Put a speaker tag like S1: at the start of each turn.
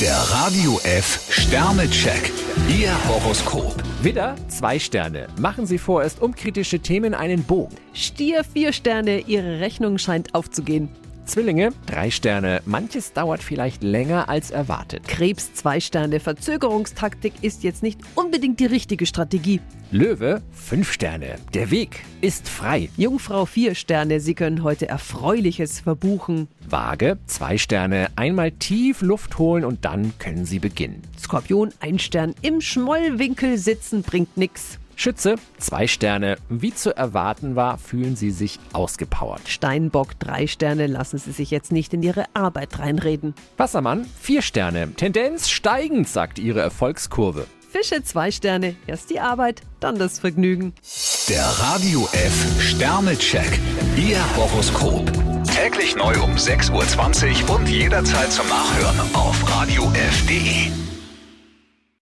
S1: Der Radio F Sternecheck. Ihr Horoskop.
S2: Widder, zwei Sterne. Machen Sie vorerst um kritische Themen einen Bogen.
S3: Stier vier Sterne, Ihre Rechnung scheint aufzugehen.
S2: Zwillinge, drei Sterne. Manches dauert vielleicht länger als erwartet.
S3: Krebs zwei Sterne, Verzögerungstaktik ist jetzt nicht unbedingt die richtige Strategie.
S2: Löwe, fünf Sterne. Der Weg ist frei.
S3: Jungfrau vier Sterne, Sie können heute Erfreuliches verbuchen.
S2: Waage, zwei Sterne. Einmal tief Luft holen und dann können Sie beginnen.
S3: Skorpion ein Stern, im Schmollwinkel sitzen bringt nix.
S2: Schütze, zwei Sterne. Wie zu erwarten war, fühlen Sie sich ausgepowert.
S3: Steinbock drei Sterne, lassen Sie sich jetzt nicht in Ihre Arbeit reinreden.
S2: Wassermann, vier Sterne. Tendenz steigend, sagt Ihre Erfolgskurve.
S3: Fische zwei Sterne, erst die Arbeit, dann das Vergnügen.
S1: Der Radio F Sternecheck. Ihr Horoskop. Täglich neu um 6.20 Uhr und jederzeit zum Nachhören auf E.